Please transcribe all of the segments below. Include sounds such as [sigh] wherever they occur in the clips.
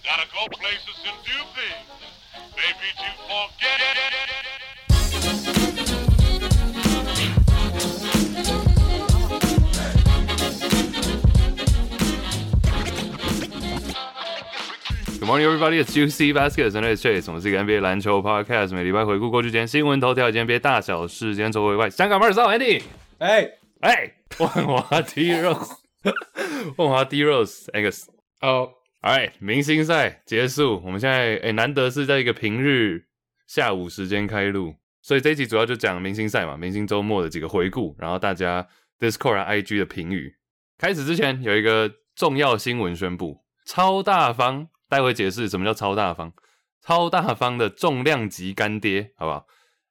Gotta go places and do things. Maybe to forget it. Good morning, everybody. It's Juicy Baskets and it's Chase. 我们是一个 NBA 篮球 podcast，每礼拜回顾过去几天新闻头条、以及 NBA 大小事、今天周围外。香港二少 Andy，哎、哎、 [laughs] 万华 D Rose，万华 D Rose Angus。哦， All right，明星赛结束，我们现在哎、难得是在一个平日下午时间开录，所以这一集主要就讲明星赛嘛，明星周末的几个回顾，然后大家 Discord 啊 IG 的评语。开始之前有一个重要新闻宣布，超大方，待会解释什么叫超大方。超大方的重量级干爹，好不好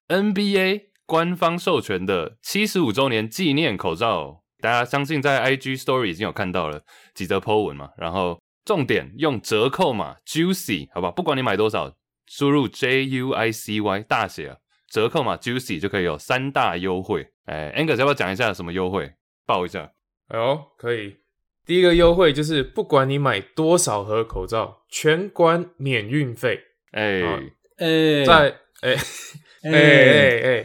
？NBA 官方授权的七十五周年纪念口罩，大家相信在 IG Story 已经有看到了几则 po 文嘛。然后重点用折扣码 Juicy，好吧，不管你买多少，输入 J U I C Y 大写啊折扣码 Juicy 就可以有三大优惠。哎，Angus 要不要讲一下什么优惠？报一下。哎呦，可以。第一个优惠就是，不管你买多少盒口罩，全馆免运费。哎、好哎，在哎哎哎哎，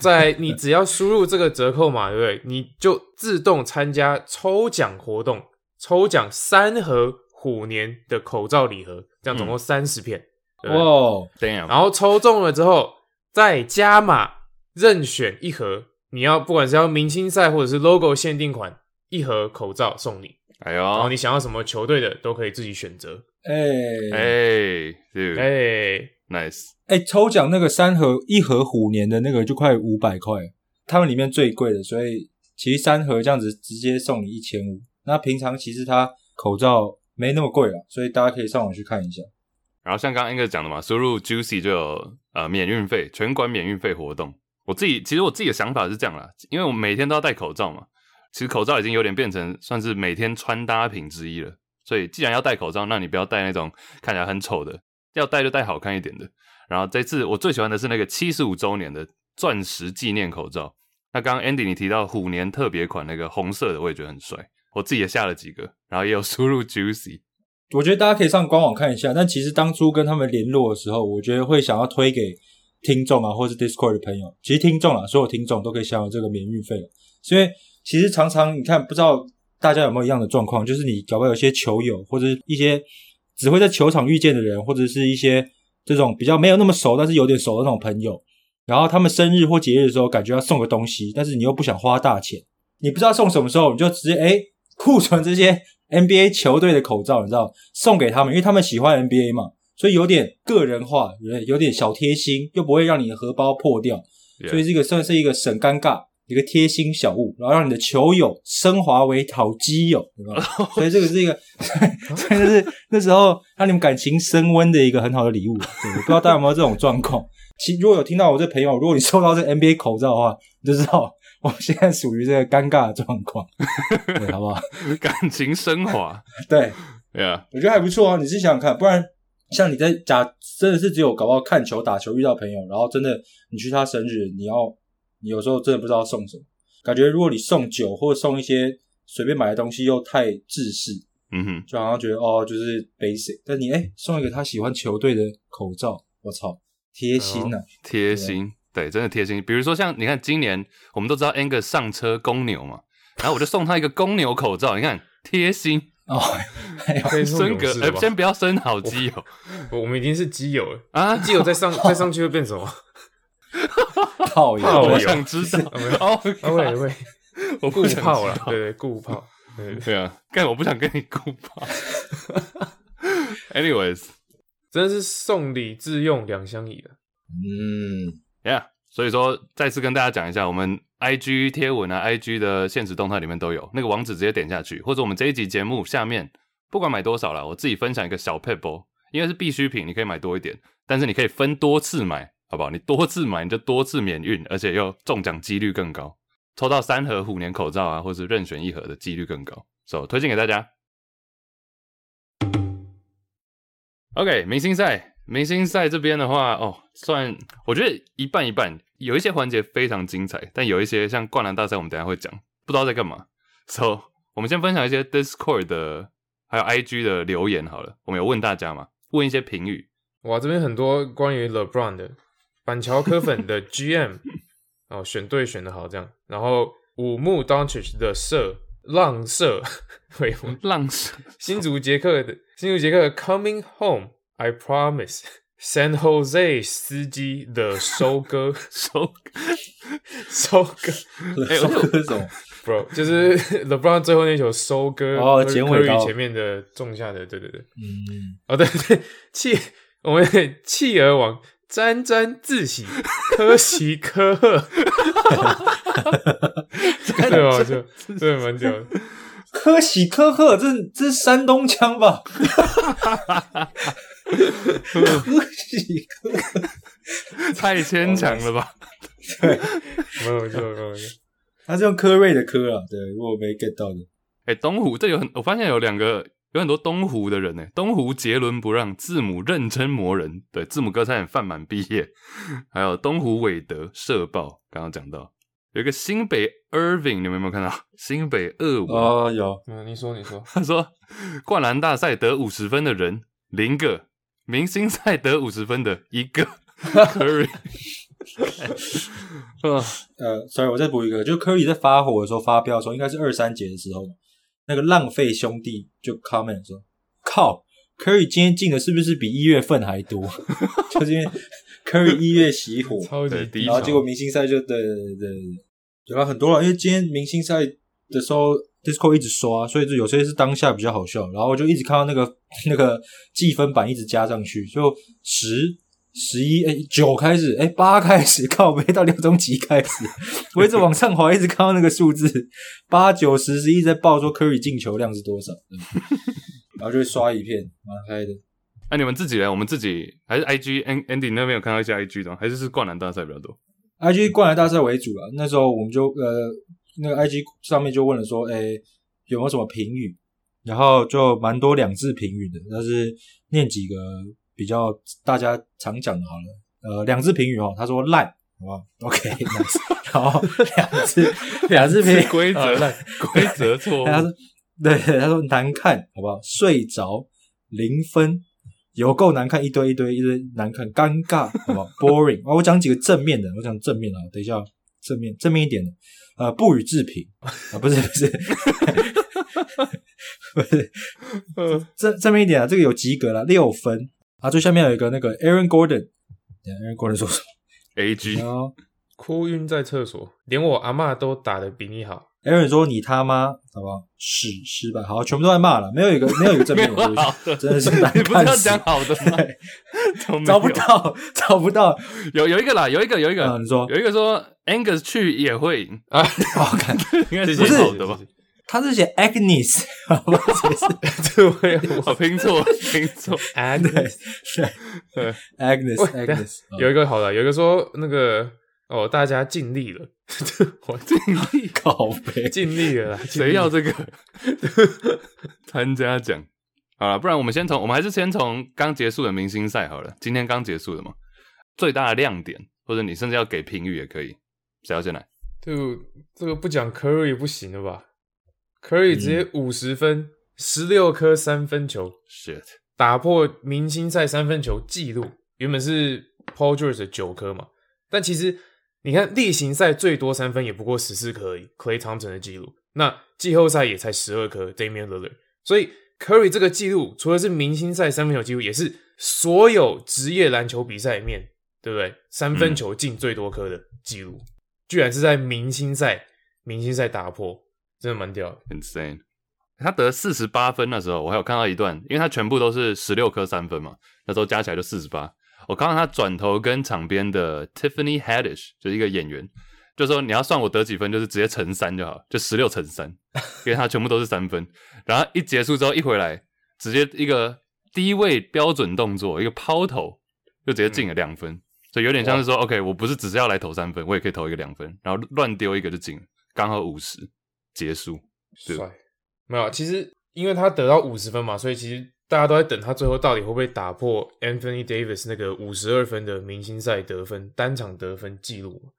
在你只要输入这个折扣码，对不对？你就自动参加抽奖活动，抽奖三盒虎年的口罩礼盒，这样总共三十片。对不对哇， d a m n 然后抽中了之后再加码任选一盒，你要不管是要明星赛或者是 logo 限定款，一盒口罩送你。哎然后呦，你想要什么球队的都可以自己选择。哎、哎 d 哎、哎 nice。哎，抽奖那个三盒一盒虎年的那个就快五百块，他们里面最贵的，所以其实三盒这样子直接送你一千五。那平常其实它口罩没那么贵啊，所以大家可以上网去看一下。然后像刚刚 Angus 讲的嘛，输入 Juicy 就有呃免运费，全馆免运费活动。我自己其实我自己的想法是这样啦，因为我每天都要戴口罩嘛，其实口罩已经有点变成算是每天穿搭品之一了。所以既然要戴口罩，那你不要戴那种看起来很丑的，要戴就戴好看一点的。然后这次我最喜欢的是那个七十五周年的钻石纪念口罩。那刚刚 Andy 你提到虎年特别款那个红色的，我也觉得很帅，我自己也下了几个，然后也有 [laughs] 输入 Juicy。我觉得大家可以上官网看一下。但其实当初跟他们联络的时候，我觉得会想要推给听众啊，或是 Discord 的朋友。其实听众啊，所有听众都可以享有这个免运费，因为其实常常你看，不知道大家有没有一样的状况，就是你搞不好有些球友或者一些只会在球场遇见的人，或者是一些这种比较没有那么熟，但是有点熟的那种朋友，然后他们生日或节日的时候，感觉要送个东西，但是你又不想花大钱，你不知道送什么时候，你就直接哎库存这些 NBA 球队的口罩，你知道送给他们，因为他们喜欢 NBA 嘛，所以有点个人化，有有点小贴心，又不会让你的荷包破掉， Yeah 所以这个算是一个省尴尬。一个贴心小物，然后让你的球友升华为讨基友，有没有？所以这个是一 [laughs] 个，所以这是那时候让你们感情升温的一个很好的礼物。对，我不知道大家有没有这种状况。其如果有听到我这朋友，如果你收到这 NBA 口罩的话，你就知道 [laughs] 我现在属于这个尴尬的状 [laughs] 况，对，好不好？感情升华。 [laughs] [laughs] 对， Yeah，我觉得还不错啊。你自己想想看，不然像你在假真的是只有搞不好看球打球遇到朋友，然后真的你去他生日，你要你有时候真的不知道送什么，感觉如果你送酒或者送一些随便买的东西又太制式，嗯哼，就好像觉得哦就是 basic，但你哎、送一个他喜欢球队的口罩，我操，贴心啊呐、贴心，对，真的贴心。比如说像你看，今年我们都知道 Angus 上车公牛嘛，然后我就送他一个公牛口罩，你看贴心。哦，哎呦可以送升勇格，士哎、了吧？先不要升好基友我我们已经是基 [laughs] 友了，啊！基友再上再上去会变什么？炮友，炮我友想知道哦，啊喂 [laughs] 喂，我固不想炮啦知，道对对，固炮，对对，对啊，但我不想跟你顾 [laughs] 吧。Anyways，真的是送礼自用两相宜的。啊 [laughs] 嗯， Yeah，所以说再次跟大家讲一下，我们 IG 贴文啊，IG 的现实动态里面都有那个网址，直接点下去，或者我们这一集节目下面，不管买多少啦，我自己分享一个小 p e b b l 因为是必需品，你可以买多一点，但是你可以分多次买，好不好？你多次买你就多次免运，而且又中奖几率更高，抽到三盒虎年口罩啊，或是任选一盒的几率更高，所、以推荐给大家。OK，明星赛，明星赛这边的话，哦，算我觉得一半一半，有一些环节非常精彩，但有一些像灌篮大赛，我们等一下会讲，不知道在干嘛。So，我们先分享一些 Discord 的还有 IG 的留言好了，我们有问大家嘛，问一些评语，哇，这边很多关于 LeBron 的板桥科粉 [laughs] 的 GM 哦，选对选的好这样，然后五木 Doncic 的射浪射， [laughs] 喂，我浪 [laughs] 射 [laughs] 新竹杰克的新竹杰克的 Coming Home I Promise [laughs] San Jose 司机的收 [laughs] 割收，收割哎我这种，bro 就是 LeBron 最后那球收割哦科剪尾科刀宇前面的种下的，对对对，嗯，哦，对对，弃我们 [laughs] 的弃儿王沾沾自喜，科喜科 [laughs] 贺，对吧？就对，蛮屌的。科喜科赫，这这是山东腔吧？科喜科太牵强了吧？没有错，没有错。他是用科瑞的科啊，对，如果没 get 到的，哎、东湖这有很，我发现有两个有很多东湖的人呢、东湖杰伦不让，字母认真磨人，对，字母哥差点犯满毕业，还有东湖韦德社爆，刚刚讲到有一个新北 Irving，你们有没有看到？新北二五、哦，有嗯，你说，你说，他说灌篮大赛得五十分的人零个，明星赛得五十分的一个 Curry，啊，呃，sorry，我再补一个，就科里在发火的时候发飙的时候，应该是二三节的时候嘛，那个浪费兄弟就 comment 说，靠，科里今天进的是不是比一月份还多？ [laughs] 就是因为科里一月熄火，超级对第一低然后场结果明星赛就对对对对对，有了很多了，因为今天明星赛的时候 Discord 一直刷，所以就有些是当下比较好笑，然后我就一直看到那个 [laughs] 那个计分板一直加上去，就十。十一哎九开始哎八开始 [laughs] 靠背到六中级开始，我一直往上滑，一直看到那个数字八九十十一在报说 Curry 进球量是多少，嗯然后就会刷一片，蛮嗨的。那、你们自己呢？我们自己还是 IG An- Andy 那边有看到一些 IG 的吗，还是是灌篮大赛比较多？ IG 灌篮大赛为主了。那时候我们就呃，那个 IG 上面就问了说，哎、有没有什么评语？然后就蛮多两字评语的，但是念几个比较大家常讲的好了。呃，两字评语哦，他说烂，好不好？OK，nice 然后 [laughs] 两字两字评语是规则呃烂规则错误 [laughs] 他说，对，他说难看，好不好？睡着零分，有够难看，一堆一堆一堆难看，尴尬，好 [laughs] 不好？Boring 啊、我讲几个正面的，我讲正面啊，等一下正面正面一点的，呃，不予置评啊，不是不是不是，正正面一点啊，这个有及格了，六分啊，最下面有一个那个 Aaron Gordon。等一下 Aaron Gordon 说什 A G 么？然后哭晕在厕所，连我阿嬷都打得比你好。 Aaron 说：“你他妈，好不好？屎失败，好，全部都在骂了，没有一个没有一个正没面的，有对不对好的，真的是难 [laughs] 你不是要看死讲好的吗？ [laughs] 怎么没有找不，到，找不到。有有一个啦，有一个有一个、嗯，你说有一个说 Angus 去也会赢， [laughs] 好看，应该是谢谢写好 [laughs] 的吧？谢他是写 Agnes，好吧，这谢这我也我哦拼错拼 [laughs] 错，啊，是对 Agnes 嗯喂 Agnes 有一个好了，有一个说那个哦，大家尽力了，我尽力靠背，尽力了啦，尽力谁要这个 [laughs] 参加奖？好了，不然我们先从我们还是先从刚结束的明星赛好了，今天刚结束的嘛，最大的亮点，或者你甚至要给评语也可以，谁要先来？就这个不讲 Curry 不行了吧？Curry 直接五十分，十六颗三分球， shit，打破明星赛三分球纪录，原本是 Paul George 的九颗嘛，但其实你看例行赛最多三分也不过十四颗而已，Clay Thompson 的记录，那季后赛也才十二颗，Damian Lillard，所以 Curry 这个记录除了是明星赛三分球记录，也是所有职业篮球比赛里面，对不对？三分球进最多颗的记录，居然是在明星赛明星赛打破，真的蛮屌的。 insane。他得四十八分的时候，我还有看到一段，因为他全部都是十六颗三分嘛，那时候加起来就四十八。我看到他转头跟场边的 Tiffany Haddish 就是一个演员，就说你要算我得几分，就是直接乘三就好，就十六乘三，因为他全部都是三分。然后一结束之后一回来，直接一个低位标准动作，一个抛投就直接进了两分，所以有点像是说，OK，我不是只是要来投三分，我也可以投一个两分，然后乱丢一个就进了，刚好五十结束。对帅，没有，其实因为他得到五十分嘛，所以其实大家都在等他最后到底会不会打破 Anthony Davis 那个五十二分的明星赛得分单场得分记录嘛，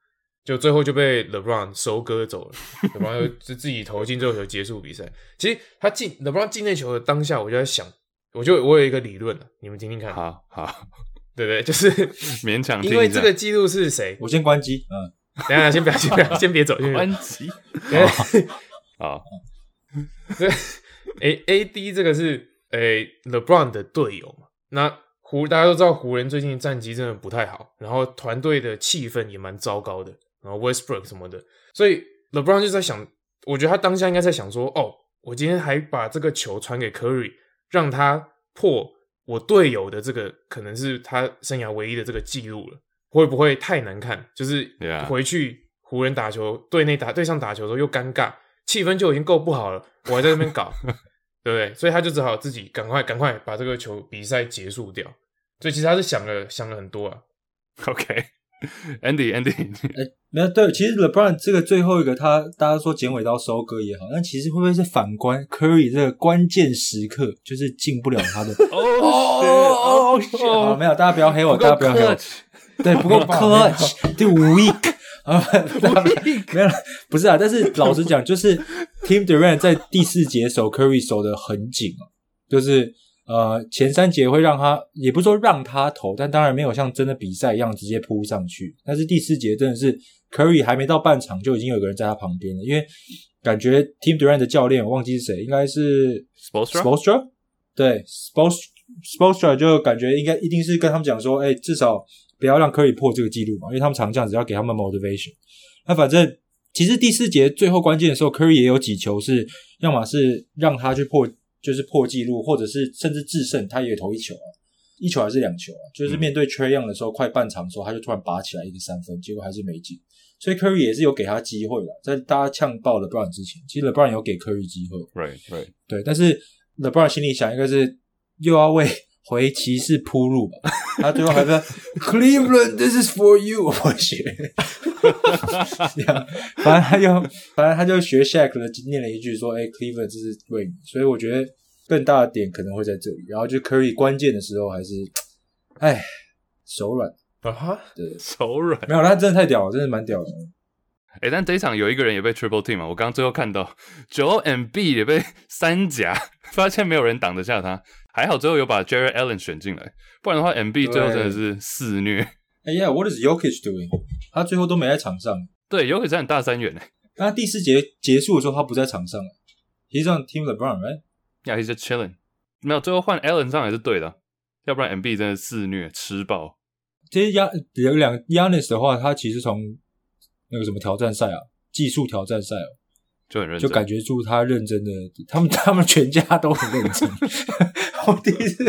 就最后就被 LeBron 收割走了，LeBron [laughs] 又自自己投进最后球结束比赛。其实他进 LeBron 进那球的当下，我就在想，我就我有一个理论啊，你们听听看，好好，对不对？就是勉强听因为一下这个记录是谁？我先关机，嗯，等一下先不要，先 [laughs] 不要，先别走，先别关走。机等一下好， A A D 这个是诶、LeBron 的队友嘛？那湖大家都知道湖人最近战绩真的不太好，然后团队的气氛也蛮糟糕的，然后 Westbrook 什么的，所以 LeBron 就在想，我觉得他当下应该在想说，哦，我今天还把这个球传给 Curry，让他破我队友的这个可能是他生涯唯一的这个记录了，会不会太难看？就是 Yeah 回去湖人打球，队内打对上打球的时候又尴尬，气氛就已经够不好了，我还在那边搞，对不对？所以他就只好自己赶快赶快把这个球比赛结束掉。所以其实他是想了想了很多啊， ，OK，Andy Andy，没有对，其实 LeBron 这个最后一个他，大家说剪尾刀收割也好，但其实会不会是反观 Curry 这个关键时刻就是进不了他的？哦好，哦没有，大家不要黑我，不够大家不要黑我，对，不够 clutch，对，weak 啊，大家不没有啦，不是啊，但是老实讲，就是 Team Durant 在第四节守 Curry 守的很紧哦，就是呃前三节会让他，也不是说让他投，但当然没有像真的比赛一样直接扑上去，但是第四节真的是 Curry 还没到半场就已经有个人在他旁边了，因为感觉 Team Durant 的教练我忘记是谁，应该是 s p o s t r a Spostra，对 Spos Spostra 就感觉应该一定是跟他们讲说，哎、至少不要让科里破这个记录嘛，因为他们常这样子要给他们 motivation。那反正其实第四节最后关键的时候，Curry 也有几球是，要么是让他去破，就是破纪录，或者是甚至制胜，他也投一球啊，一球还是两球啊，就是面对 Trey Young 的时候，快半场的时候，他就突然拔起来一个三分，结果还是没进。所以 Curry 也是有给他机会的，在大家呛爆 LeBron 之前，其实 LeBron 有给 Curry 机会， right right，对，但是 LeBron 心里想，应该是又要为回骑士铺路吧。他最后还说：“Cleveland，this is for you。”我 [laughs] 学，这样，反正他就反正他就学 Shaq 的念了一句说：“哎、c l e v e l a n d 这是为你。”所以我觉得更大的点可能会在这里。然后就 Curry 关键的时候还是，哎，手软。啊哈，手软。没有，他真的太屌了，真的蛮屌的。哎、但这一场有一个人也被 triple team 嘛，我刚刚最后看到 Joel and B 也被三夹，发现没有人挡得下他，还好最后有把 Jared Allen 选进来，不然的话 M B 最后真的是肆虐。哎呀，What is Jokic doing？他最后都没在场上。对，有可是很大三元呢。那第四节结束的时候，他不在场上了。He's on Team LeBron，right？ Yeah, he's just chilling。没有，最后换 Allen 上也是对的啊，要不然 M B 真的肆虐吃爆。其实亚有两 Yanis 的话，他其实从那个什么挑战赛啊，技术挑战赛哦、就很认就真，感觉出他认真的，他们 [laughs] 他们全家都很认真。 [laughs] 我第一次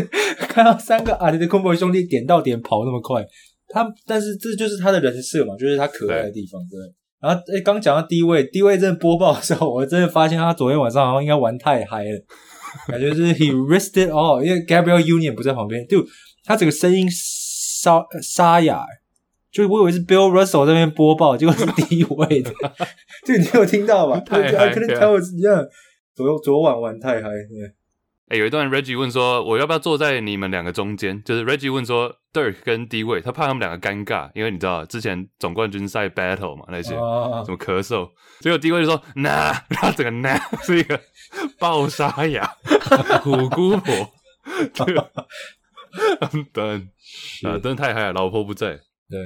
看到三个阿迪的空博兄弟点到点跑那么快，他但是这就是他的人设嘛，就是他可爱的地方，对。然后诶，刚讲到低位，低位真的播报的时候，我真的发现他昨天晚上好像应该玩太嗨了， [laughs] 感觉就是 he risked it all，因为 Gabriel Union 不在旁边，就他整个声音沙沙哑，就我以为是 Bill Russell 在那边播报，结果是低位的， [laughs] 就你有听到吧？太嗨 I couldn't 对啊 tell it's 一样。昨昨晚玩太嗨，对。哎、有一段 Reggie 问说，我要不要坐在你们两个中间？就是 Reggie 问说，Dirk 跟 D 位，他怕他们两个尴尬，因为你知道之前总冠军赛 battle 嘛那些，啊什么咳嗽，结果 D 位就说 nah，然 [laughs] 后整个 nah 是一个 [laughs] 爆沙哑虎姑婆，对 [laughs] 吧？等啊，真的太嗨了，老婆不在。对，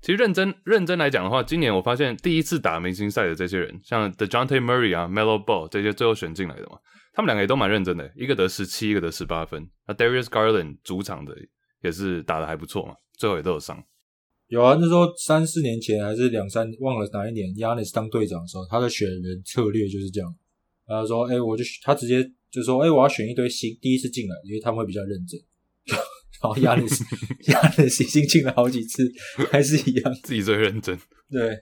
其实认真认真来讲的话，今年我发现第一次打明星赛的这些人，像 The Jonte Murray 啊、Melo Ball 这些最后选进来的嘛，他们两个也都蛮认真的，一个得十七，一个得十八分。那 Darius Garland 主场的也是打的还不错嘛，最后也都有上。有啊，那时候三四年前还是两三，忘了哪一年，Yanis 当队长的时候，他的选人策略就是这样。他说：“哎、我就他直接就说，哎、我要选一堆新第一次进来，因为他们会比较认真。” [laughs] 然后 Yanis Yanis 已经进了好几次，还是一样。自己最认真，对，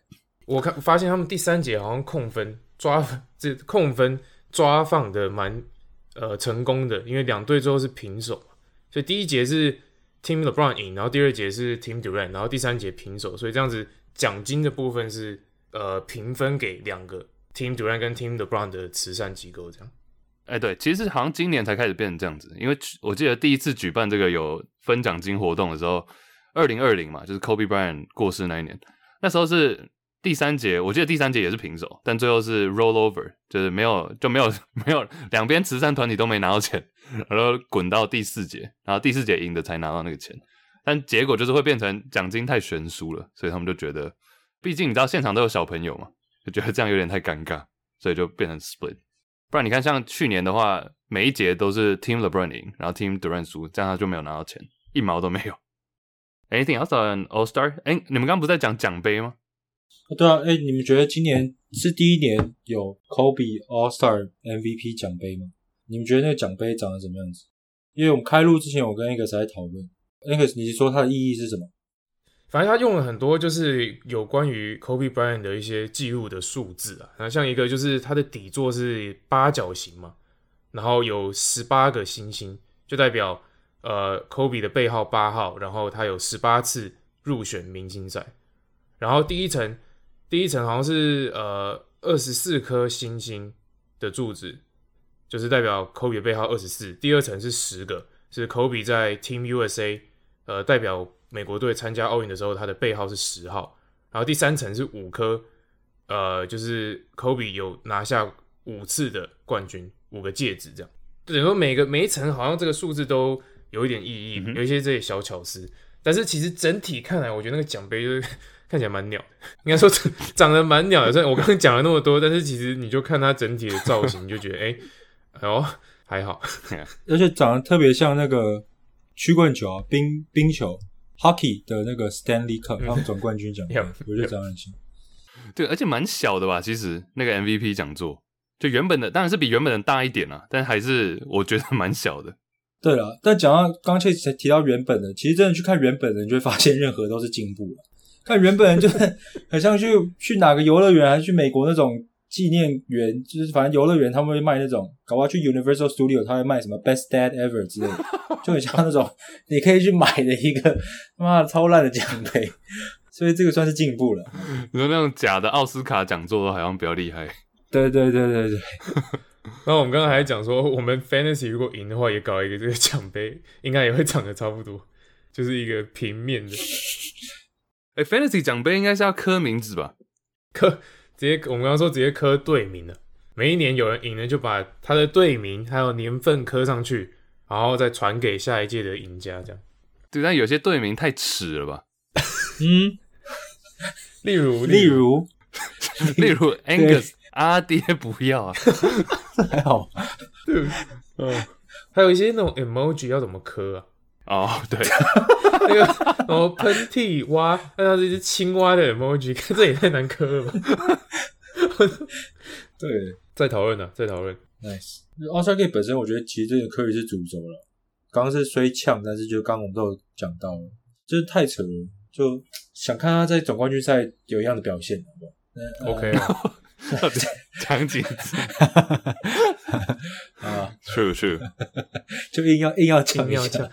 我看发现他们第三节好像控分抓这控分抓放的蛮呃成功的，因为两队最后是平手嘛，所以第一节是 Team LeBron 赢，然后第二节是 Team Durant，然后第三节平手，所以这样子奖金的部分是呃平分给两个 Team Durant 跟 Team LeBron 的慈善机构这样。哎，对，其实好像今年才开始变成这样子，因为去我记得第一次举办这个有分奖金活动的时候，二零二零嘛，就是 Kobe Bryant 过世那一年，那时候是第三节，我记得第三节也是平手，但最后是 roll over，就是没有就没有 [laughs] 没有两边慈善团体都没拿到钱，然后滚到第四节，然后第四节赢的才拿到那个钱，但结果就是会变成奖金太悬殊了，所以他们就觉得，毕竟你知道现场都有小朋友嘛，就觉得这样有点太尴尬，所以就变成 split。不然你看，像去年的话，每一节都是 Team LeBron 赢，然后 Team Durant 输，这样他就没有拿到钱，一毛都没有。Anything else on All Star？哎、你们刚刚不是在讲奖杯吗？对啊，哎，你们觉得今年是第一年有 Kobe All Star MVP 奖杯吗？你们觉得那个奖杯长得怎么样子？因为我们开录之前，我跟 Alex 在讨论，Alex，你说它的意义是什么？反正他用了很多就是有关于 Kobe Bryant 的一些记录的数字啊，然后像一个就是它的底座是八角形嘛，然后有十八个星星，就代表呃 Kobe 的背号八号，然后他有十八次入选明星赛，然后第一层第一层好像是呃二十四颗星星的柱子，就是代表 Kobe 的背号二十四，第二层是十个，是 Kobe 在 Team USA 呃代表美国队参加奥运的时候，他的背号是十号。然后第三层是五颗，呃，就是科比有拿下五次的冠军，五个戒指这样。就等于说每个每一层好像这个数字都有一点意义，有一些这些小巧思。但是其实整体看来，我觉得那个奖杯就是 [laughs] 看起来蛮鸟的， [laughs] 应该说长得蛮鸟的。虽然我刚刚讲了那么多，但是其实你就看它整体的造型，你就觉得哎、哎呦还好。 [laughs] 而且长得特别像那个曲棍球、啊、冰冰球、hockey 的那个 Stanley Cup，他们总冠军奖杯 Yep，我觉得长得很像。对，而且蛮小的吧？其实那个 MVP 讲座，就原本的当然是比原本的大一点啦、但还是我觉得蛮小的。 [laughs] 对了，但讲到刚才提到原本的，其实真的去看原本的，你就会发现任何都是进步了。看原本的就是 [laughs] 很像去去哪个游乐园，还是去美国那种纪念园，就是反正游乐园他们会卖那种，搞不好去 Universal Studio 他会卖什么 Best Dad Ever 之类的，就很像那种你可以去买的一个妈的超烂的奖杯，所以这个算是进步了。你说那种假的奥斯卡讲座都好像比较厉害。 [laughs] 对对对对对，然后我们刚刚还讲说，我们 fantasy 如果赢的话，也搞一个这个奖杯，应该也会长得差不多， [laughs] 就是一个平面的。哎、f a n t a s y 奖杯应该是要刻名字吧？直接我们刚刚说直接刻队名了，每一年有人赢了就把他的队名还有年份刻上去，然后再传给下一届的赢家这样。对，但有些队名太耻了吧？嗯，例如，例 [laughs] 如例如 Angus 阿爹不要啊，还好，还有一些那种 emoji 要怎么刻啊？哦，对， [laughs] 那个什么喷嚏蛙，那它是一只青蛙的 emoji，这 [laughs] 也太难刻了吧？对再讨论呢，再讨论。 Nice。奥赛 K 本身，我觉得其实这个科里是主轴了。刚刚是虽呛，但是就刚我们都有讲到了，就是太扯了，就想看他在总冠军赛有一样的表现，好不好？ OK 啊，到底讲几次啊， ？True [laughs] True，就硬要硬要嗯呛硬一要下讲，。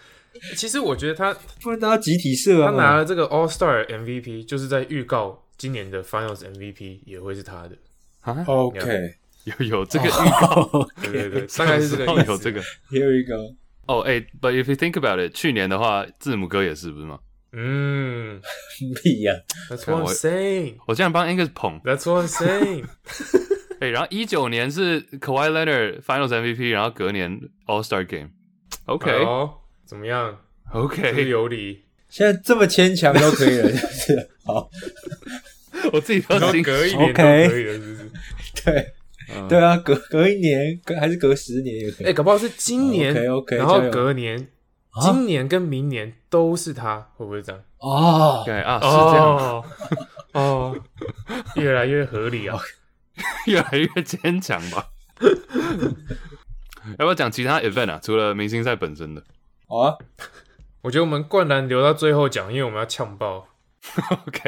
其实我觉得他不然大家集体射他啊！拿了这个 All Star MVP，就是在预告今年的 Finals MVP 也会是他的。啊， OK，有有这个预告，对对 [laughs] 对，哦大概是这个意思。有这个。 here we go。哦，哎，But if you think about it，去年的话，字母哥也是不是吗？嗯屁呀、 ，That's what 看 I'm 我 saying. 我竟然帮 Angus 捧， That's what [laughs] I'm saying. 哎，然后一九年是 Kawhi Leonard Finals MVP，然后隔年 All Star Game。哎 OK 呦怎么样？是不是 OK，[laughs] 有理。现在这么牵强都可 [laughs] 以了，是不是？好，我自己都然后心隔一嗯年都可以了，是不是？对，对啊，隔隔一年，隔还是隔十年也可以。哎，搞不好是今年 OK，OK，然后加油隔年，今年跟明年都是他，会不会这样？哦， OK 啊，是这样，哦哦，越来越合理啊。越来越坚强吧。 [laughs] 要不要讲其他 event 啊？除了明星赛本身的 [laughs] 好啊，我觉得我们灌篮留到最后讲，因为我们要呛爆。 ，OK，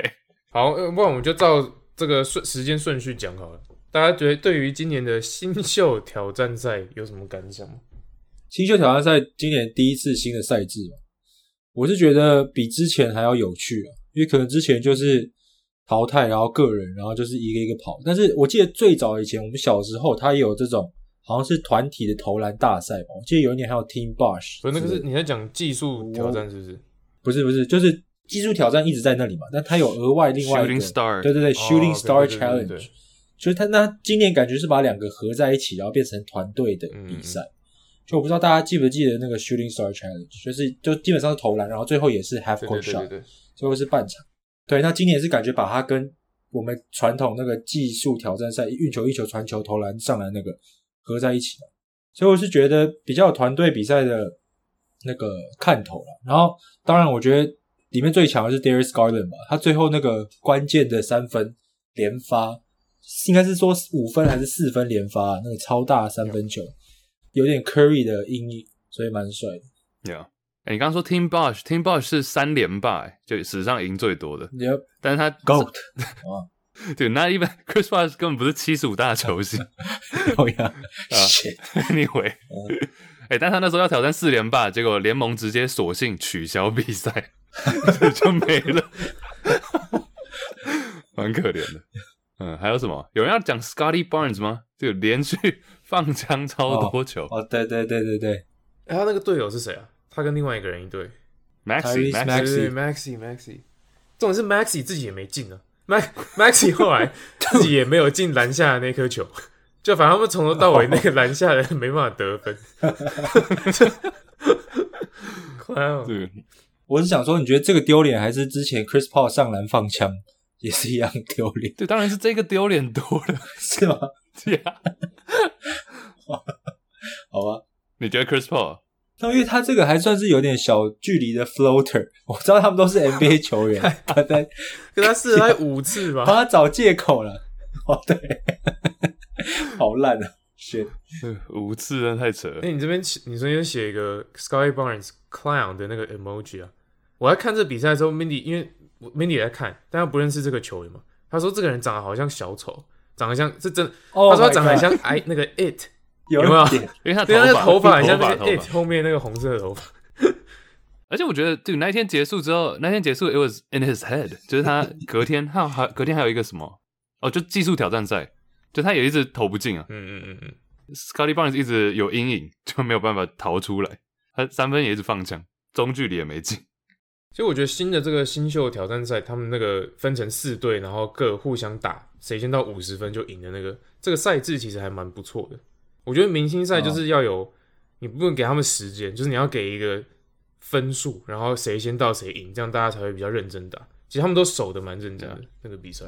好，呃不然我们就照这个顺时间顺序讲好了。大家觉得对于今年的新秀挑战赛有什么感想吗？新秀挑战赛今年第一次新的赛制嘛，我是觉得比之前还要有趣啊，因为可能之前就是淘汰，然后个人，然后就是一个一个跑。但是我记得最早以前我们小时候，它也有这种好像是团体的投篮大赛吧，我记得有一年还有 Team Bosh，所以那个是你在讲技术挑战是不是？不是不是就是技术挑战一直在那里嘛，但它有额外另外一个 Shooting Star 对对对、哦 Shooting Star 对对对对 Challenge，对就是他那今年感觉是把两个合在一起，然后变成团队的嗯比赛。就我不知道大家记不记得那个 Shooting Star Challenge，就是就基本上是投篮，然后最后也是 half 对对 court 对 shot，对对，最后是半场。对，那今年是感觉把它跟我们传统那个技术挑战赛运球、一球、传球、投篮、上篮那个合在一起了，所以我是觉得比较有团队比赛的那个看头了。然后，当然我觉得里面最强的是 Darius Garland 吧，他最后那个关键的三分连发，应该是说五分还是四分连发、啊那个超大三分球，有点 Curry 的阴影，所以蛮帅的。 Yeah，哎、你刚刚说 Team Bosch，Team Bosch 是三连霸、欸，就史上赢最多的，你要但是他 [laughs] Goat 对，那一般 [laughs] Chris Bosh 根本不是七十五大球 [laughs] 星哦 [laughs] 呀，shit， ，anyway，哎、嗯但他那时候要挑战四连霸，结果联盟直接索性取消比赛， [laughs] 这就没了，蛮可怜的。嗯，还有什么？有人要讲 Scotty Barnes 吗？就连续放枪超多球、哦，对对对对对。哎，他那个队友是谁啊？他跟另外一个人一队 m a x i Maxi，对对对 Tyrese Maxey，Maxi Maxi，重点是 Maxi 自己也没进啊，Max [laughs] Maxi 后来自己也没有进篮下的那颗球，就反正他们从头到哦尾那个篮下的人没办法得 [laughs] 分，快哦！对，我是想说，你觉得这个丢脸，还是之前 Chris Paul 上篮放枪也是一样丢脸，对，当然是这个丢脸多了。 [laughs] 是吗？对啊，好吧，你觉得 Chris Paul？那因为他这个还算是有点小距离的 floater，我知道他们都是 [laughs] NBA 球员，他在跟他试了大概五次吧帮，他找借口了。哦，对， [laughs] 好烂啊！shit，呃五次真的太扯了哎、。你这边写你昨天写一个 Sky Barnes clown 的那个 emoji 啊，我在看这比赛的时候，Mindy 因为我 Mindy 也在看，但他不认识这个球员嘛，他说这个人长得好像小丑，长得像是真的， Oh 他说 my 他长得很 God 像 I 那个 it，有有没有一点因为他对，啊那个头发发很像那头个哎发 it 后面那个红色的头发，而且我觉得，对那一天结束之后，那天结束，it was in his head，就是他隔天，他还隔天还有一个什么哦，就技术挑战赛，就他也一直投不进啊。嗯嗯嗯嗯， Scotty Barnes 一直有阴影，就没有办法逃出来。他三分也一直放枪，中距离也没进。其实我觉得新的这个新秀挑战赛，他们那个分成四队，然后各互相打，谁先到五十分就赢的那个，这个赛制其实还蛮不错的。我觉得明星赛就是要有，你不能给他们时间，就是你要给一个分数，然后谁先到谁赢，这样大家才会比较认真打。其实他们都守的蛮认真的、那个比赛。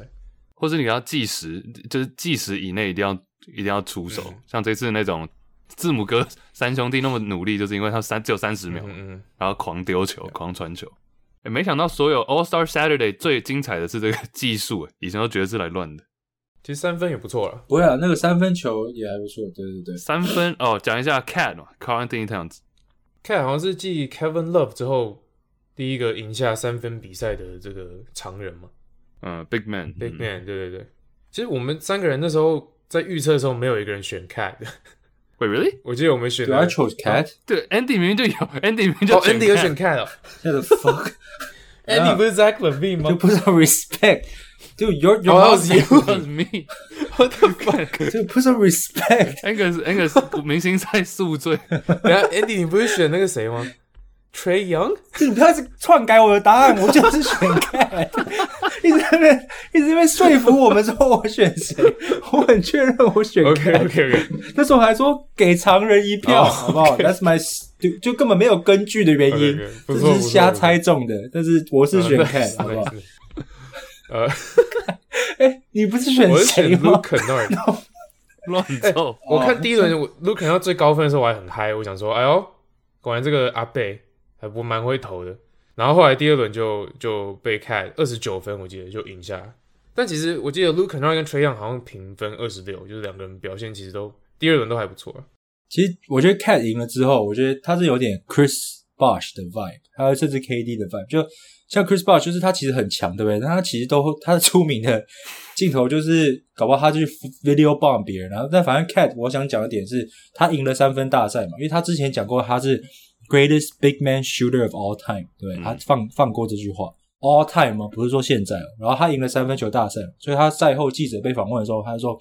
或者你要计时，就是计时以内一定要一定要出手。像这次那种字母哥三兄弟那么努力，就是因为他三只有三十秒，嗯嗯，然后狂丢球、狂传球。哎，没想到所有 All Star Saturday 最精彩的是这个技术，哎以前都觉得是来乱的。其实三分也不错了。 [laughs] 不会啊，那个三分球也还不错，对对对，三分哦，讲一下 Cat 嘛 c a r a n t i n Towns，看好像是继 Kevin Love 之后第一个赢下三分比赛的这个常人嘛。嗯，Big Man， Big 嗯 Man，、对对对。其实我们三个人那时候在预测的时候，没有一个人选 Cat 的。 [laughs] Wait really？我记得我们选对啊的，I chose cat，对，Andy 明明就有，Andy [laughs] 明明就哦，Andy 有选 Cat Cat 哦 [laughs] what the fuck， ，Andy 不是 Zach Levine [laughs] 就吗 [laughs] 不知道 respect，就 your your ？Oh, that was mouth- you. That was me。 [laughs] What the fuck？ [laughs] 就不知道 respect， [laughs] Angus Angus 明星赛宿醉，然后 Andy，你不是选那个谁 [laughs] 吗？Trey Young？你不要是篡改我的答案，我就是选 [laughs] cat，一直在那边一直在那边说服我们说我选谁，我很确认我选 OK cat。 OK OK，那时候还说给常人一票哦好不好 OK ？That's my stu- 就根本没有根据的原因 OK，OK，不这错啊只是瞎猜中的。但是我是哦选 cat，好不好？ Nice，nice 呃，你不是选我是谁选吗 Luke Kennard。乱 [laughs] 凑。我看第一轮我 Luke Kennard 最高分的时候，我还很嗨，我想说，哎呦，果然这个阿贝还不蛮会投的。然后后来第二轮就就被 Cat 二十九分，我记得就赢下来。但其实我记得 Luke Kennard 跟 Trey Young 好像平分二十六，就是两个人表现其实都第二轮都还不错啊。其实我觉得 cat 赢了之后，我觉得他是有点 Chris Bosh 的 vibe，还有甚至 KD 的 vibe。就像 Chris Bosh，就是他其实很强，对不对？但他其实都他的出名的镜头就是，搞不好他就去 video bomb 别人。然后，但反正 Cat，我想讲的点是他赢了三分大赛嘛，因为他之前讲过他是 greatest big man shooter of all time，对不对，嗯他放放过这句话。all time 吗？不是说现在哦。然后他赢了三分球大赛，所以他赛后记者被访问的时候，他就说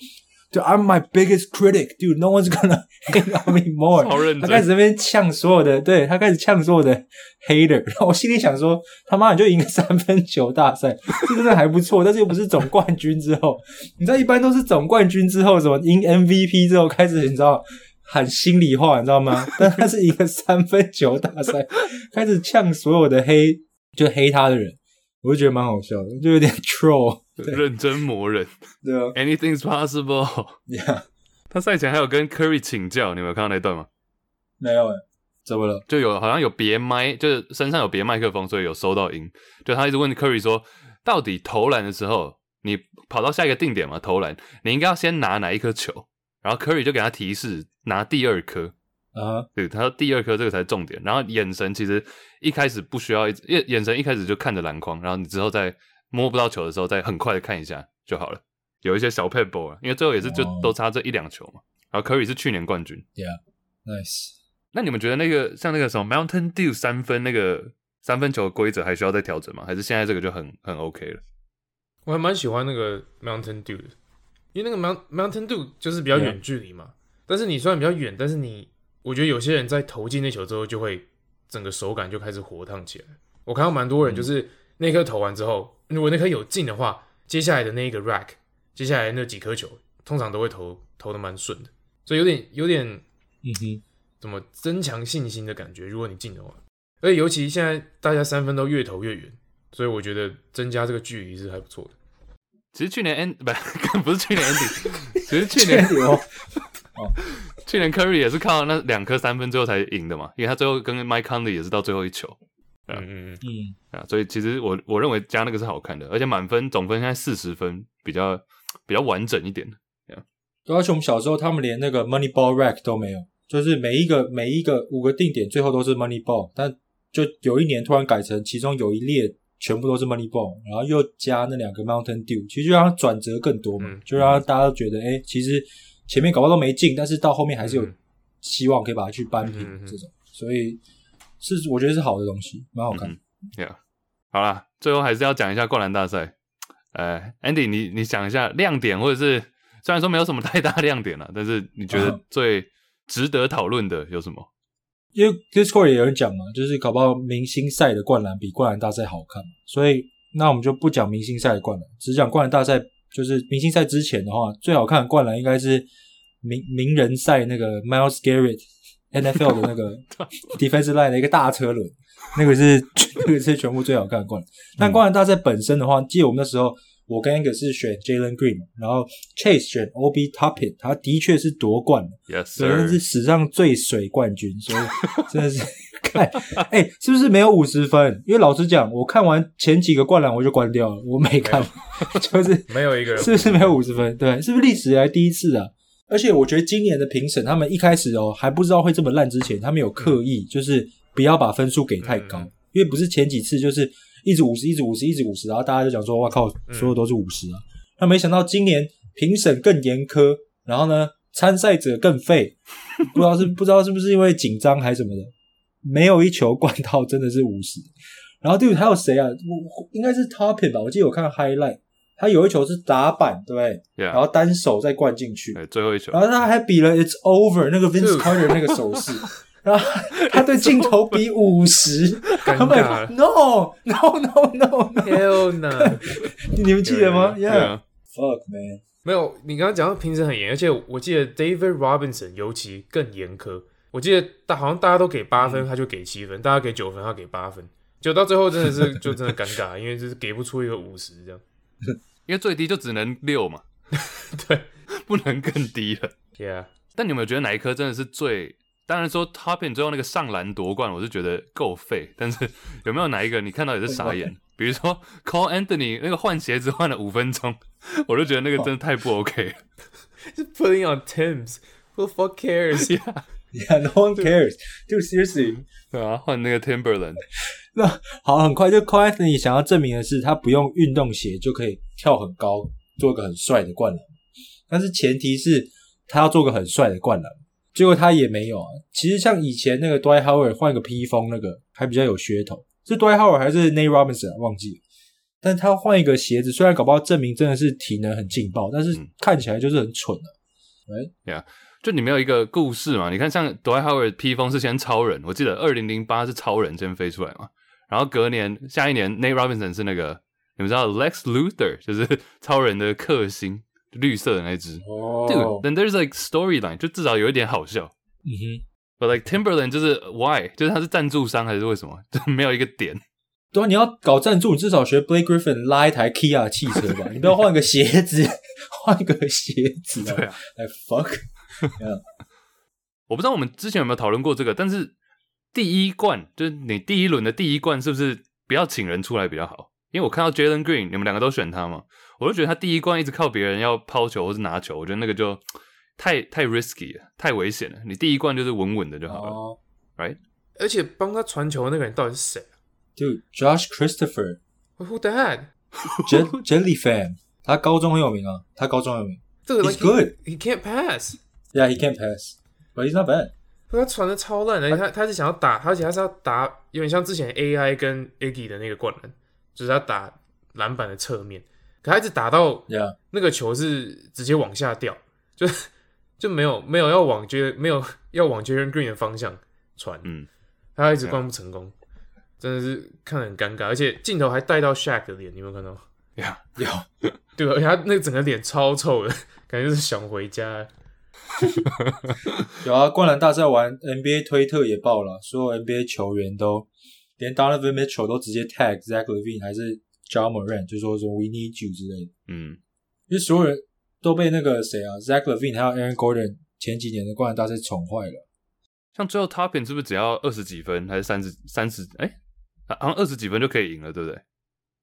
，Dude, I'm my biggest critic, dude. No one's gonna [laughs] hate on me more. 超认他开真，始在那边呛所有的，对他开始呛所有的 hater，然后我心里想说，他妈你就赢个三分球大赛，这真的还不错，但是又不是总冠军之后，你知道一般都是总冠军之后，什么赢 MVP 之后开始，你知道喊心里话，你知道吗？但他是赢个三分球大赛，开始呛所有的黑，就黑他的人，我就觉得蛮好笑的，就有点 troll， [laughs] 认真磨人对啊，anything's possible。 ，yeah, 他赛前还有跟 Curry 请教，你有没有看到那段吗？ [laughs] 没有欸，怎么了？就有好像有别麦，就是身上有别麦克风，所以有收到音。就他一直问 Curry 说，到底投篮的时候，你跑到下一个定点嘛？投篮，你应该要先拿哪一颗球？然后 Curry 就给他提示拿第二颗，啊、对，他说第二颗这个才是重点。然后眼神其实一开始不需要一直，眼眼神一开始就看着篮筐，然后你之后再摸不到球的时候，再很快的看一下就好了。有一些小 p e b b l 因为最后也是就哦都差这一两球嘛。然后 Curry 是去年冠军， n i c e 那你们觉得那个像那个什么 Mountain Dew 三分那个三分球的规则还需要再调整吗？还是现在这个就很很 OK 了？我还蛮喜欢那个 Mountain Dew 的，因为那个 Mount Mountain Dew 就是比较远距离嘛。但是你虽然比较远，但是你我觉得有些人在投进那球之后，就会整个手感就开始活烫起来。我看到蛮多人就是那颗投完之后，如果那颗有进的话，接下来的那一个 rack，接下来那几颗球通常都会投投的蛮顺的，所以有点有点嗯哼，怎么增强信心的感觉。如果你进的话，而且尤其现在大家三分都越投越远，所以我觉得增加这个距离是还不错的。其实去年 N 不 [laughs] 不是去年 Andy，其实去确年 [laughs] 定哦，去年 Curry 也是靠那两颗三分最后才赢的嘛，因为他最后跟 Mike Conley 也是到最后一球嗯嗯嗯嗯，嗯，啊，所以其实我我认为加那个是好看的，而且满分总分现在四十分，比较比较完整一点。对，啊而且我们小时候他们连那个 money ball rack 都没有，就是每一个每一个五个定点最后都是 money ball，但就有一年突然改成其中有一列全部都是 money ball，然后又加那两个 mountain dew，其实就让它转折更多嘛，嗯就让大家都觉得哎、诶其实前面搞不好都没进，但是到后面还是有嗯希望可以把它去扳平嗯嗯嗯这种，所以是我觉得是好的东西，蛮好看嗯的。 Yeah，好啦，最后还是要讲一下灌篮大赛。呃，Andy，你你想一下亮点，或者是虽然说没有什么太大亮点了，但是你觉得 [laughs] 嗯最值得讨论的有什么？因为 Discord 也有人讲嘛，就是搞不好明星赛的灌篮比灌篮大赛好看，所以那我们就不讲明星赛的灌篮，只讲灌篮大赛。就是明星赛之前的话，最好看的灌篮应该是名名人赛那个 Miles Garrett NFL 的那个 defensive line 的一个大车轮，那个是 [laughs] 那个是全部最好看的灌篮。但灌篮大赛本身的话，记得我们那时候我跟一个是选 Jalen Green，嘛然后 Chase 选 OB Toppin，他的确是夺冠了 Yes 对，那是 sir，史上最水冠军，所以真的是看，哎、是不是没有五十分？因为老实讲，我看完前几个灌篮我就关掉了，我没看， [laughs] 就是没有一个人是不是没有五十分？对，是不是历史以来第一次啊？而且我觉得今年的评审，他们一开始哦还不知道会这么烂之前，他们有刻意就是不要把分数给太高，嗯嗯因为不是前几次就是一直五十，一直五十，一直五十，然后大家就讲说哇靠，所有都是五十啊。那没想到今年评审更严苛，然后呢参赛者更废， [laughs] 不知道是不知道是不是因为紧张还是什么的，没有一球灌到真的是五十。然后第五还有谁啊？我应该是 Toppin 吧，我记得我看 highlight，他有一球是打板，对不对？然后 Yeah，单手再灌进去，对最后一球然，后他还比了 "It's over" 那个 Vince Dude Carter 那个手势，然后他对镜头比五十尴 [laughs] ，Oh my 尬 god, no no no no no， ，Hell no！ [laughs] 你们记得吗有有对有？Yeah, 啊 fuck man，没有，你刚刚讲到评审很严，而且我记得 David Robinson 尤其更严苛。我记得大好像大家都给八分，他就给七分；大家给九分，他给八分。就到最后真的是就真的尴尬，因为就是给不出一个五十这样。因为最低就只能六 [laughs] 嘛，对， [laughs] 不能更低了。 Yeah，但你们有觉得哪一颗真的是最？当然说 Toppin 最后那个上篮夺冠，我是觉得够废。但是有没有哪一个你看到也是傻眼？比如说 Call Anthony 那个换鞋子换了五分钟，我就觉得那个真的太不 OK 了。是 putting on Tim's，who the fuck cares？ Yeah， Yeah, no one cares. Dude, seriously. [laughs] 对啊，换那个 Timberland，好，很快就 Cole Anthony 想要证明的是，他不用运动鞋就可以跳很高，做个很帅的灌篮。但是前提是他要做个很帅的灌篮，结果他也没有啊。其实像以前那个 Dwight Howard 换个披风那个还比较有噱头，是 Dwight Howard 还是 Nate Robinson 啊忘记了。但他换一个鞋子，虽然搞不好证明真的是体能很劲爆，但是嗯看起来就是很蠢啊。就你没有一个故事嘛？你看像 Dwight Howard 披风是先超人，我记得二零零八是超人先飞出来嘛，然后隔年下一年 Nate Robinson 是那个你们知道 Lex Luthor 就是超人的克星，绿色的那只。哦 Dude, then there's like storyline，就至少有一点好笑。嗯哼， But like Timberland 就是 why，就是他是赞助商还是为什么？就没有一个点。对啊，你要搞赞助，你至少学 Blake Griffin 拉一台 Kia 汽车吧，你不要换个鞋子， [laughs] 换个鞋子啊！对啊，哎 fuck，我不知道我们之前有没有讨论过这个，但是第一冠就是你第一轮的第一冠，是不是不要请人出来比较好？因为我看到 Jalen Green，你们两个都选他嘛，我就觉得他第一冠一直靠别人要抛球或是拿球，我觉得那个就太太 risky 了，太危险了。你第一冠就是稳稳的就好了。哦，而且帮他传球的那个人到底是谁就 Josh Christopher ？Who the heck？ J Jelly Fan，他高中很有名啊，他高中很有名。这个 He's like good. he, he can't pass， Yeah, he can pass, but he's not bad. 他传的超烂的，而且他他是想要打，而且他是要打，有点像之前 AI 跟 Aggy 的那个灌篮，就是他打篮板的侧面，可他一直打到 Yeah，那个球是直接往下掉，就就没有没有要往 J 没有要往 j a Green 的方向传，嗯，他一直灌不成功，真的是看得很尴尬，而且镜头还带到 Shaq 的脸，你有没有看到？呀、有对吧？而且他那个整个脸超臭的，感觉就是想回家。有啊，灌篮大赛完 NBA 推特也爆了，所有 NBA 球员都连 Donovan Mitchell 都直接 tag Zach Levine 还是 John Moran，就说什么 We need you 之类的。嗯，因为所有人都被那个谁啊，Zach Levine 还有 Aaron Gordon 前几年的灌篮大赛宠坏了。像最后 Topping 是不是只要二十几分还是三十三十？哎，好像二十几分就可以赢了，对不对？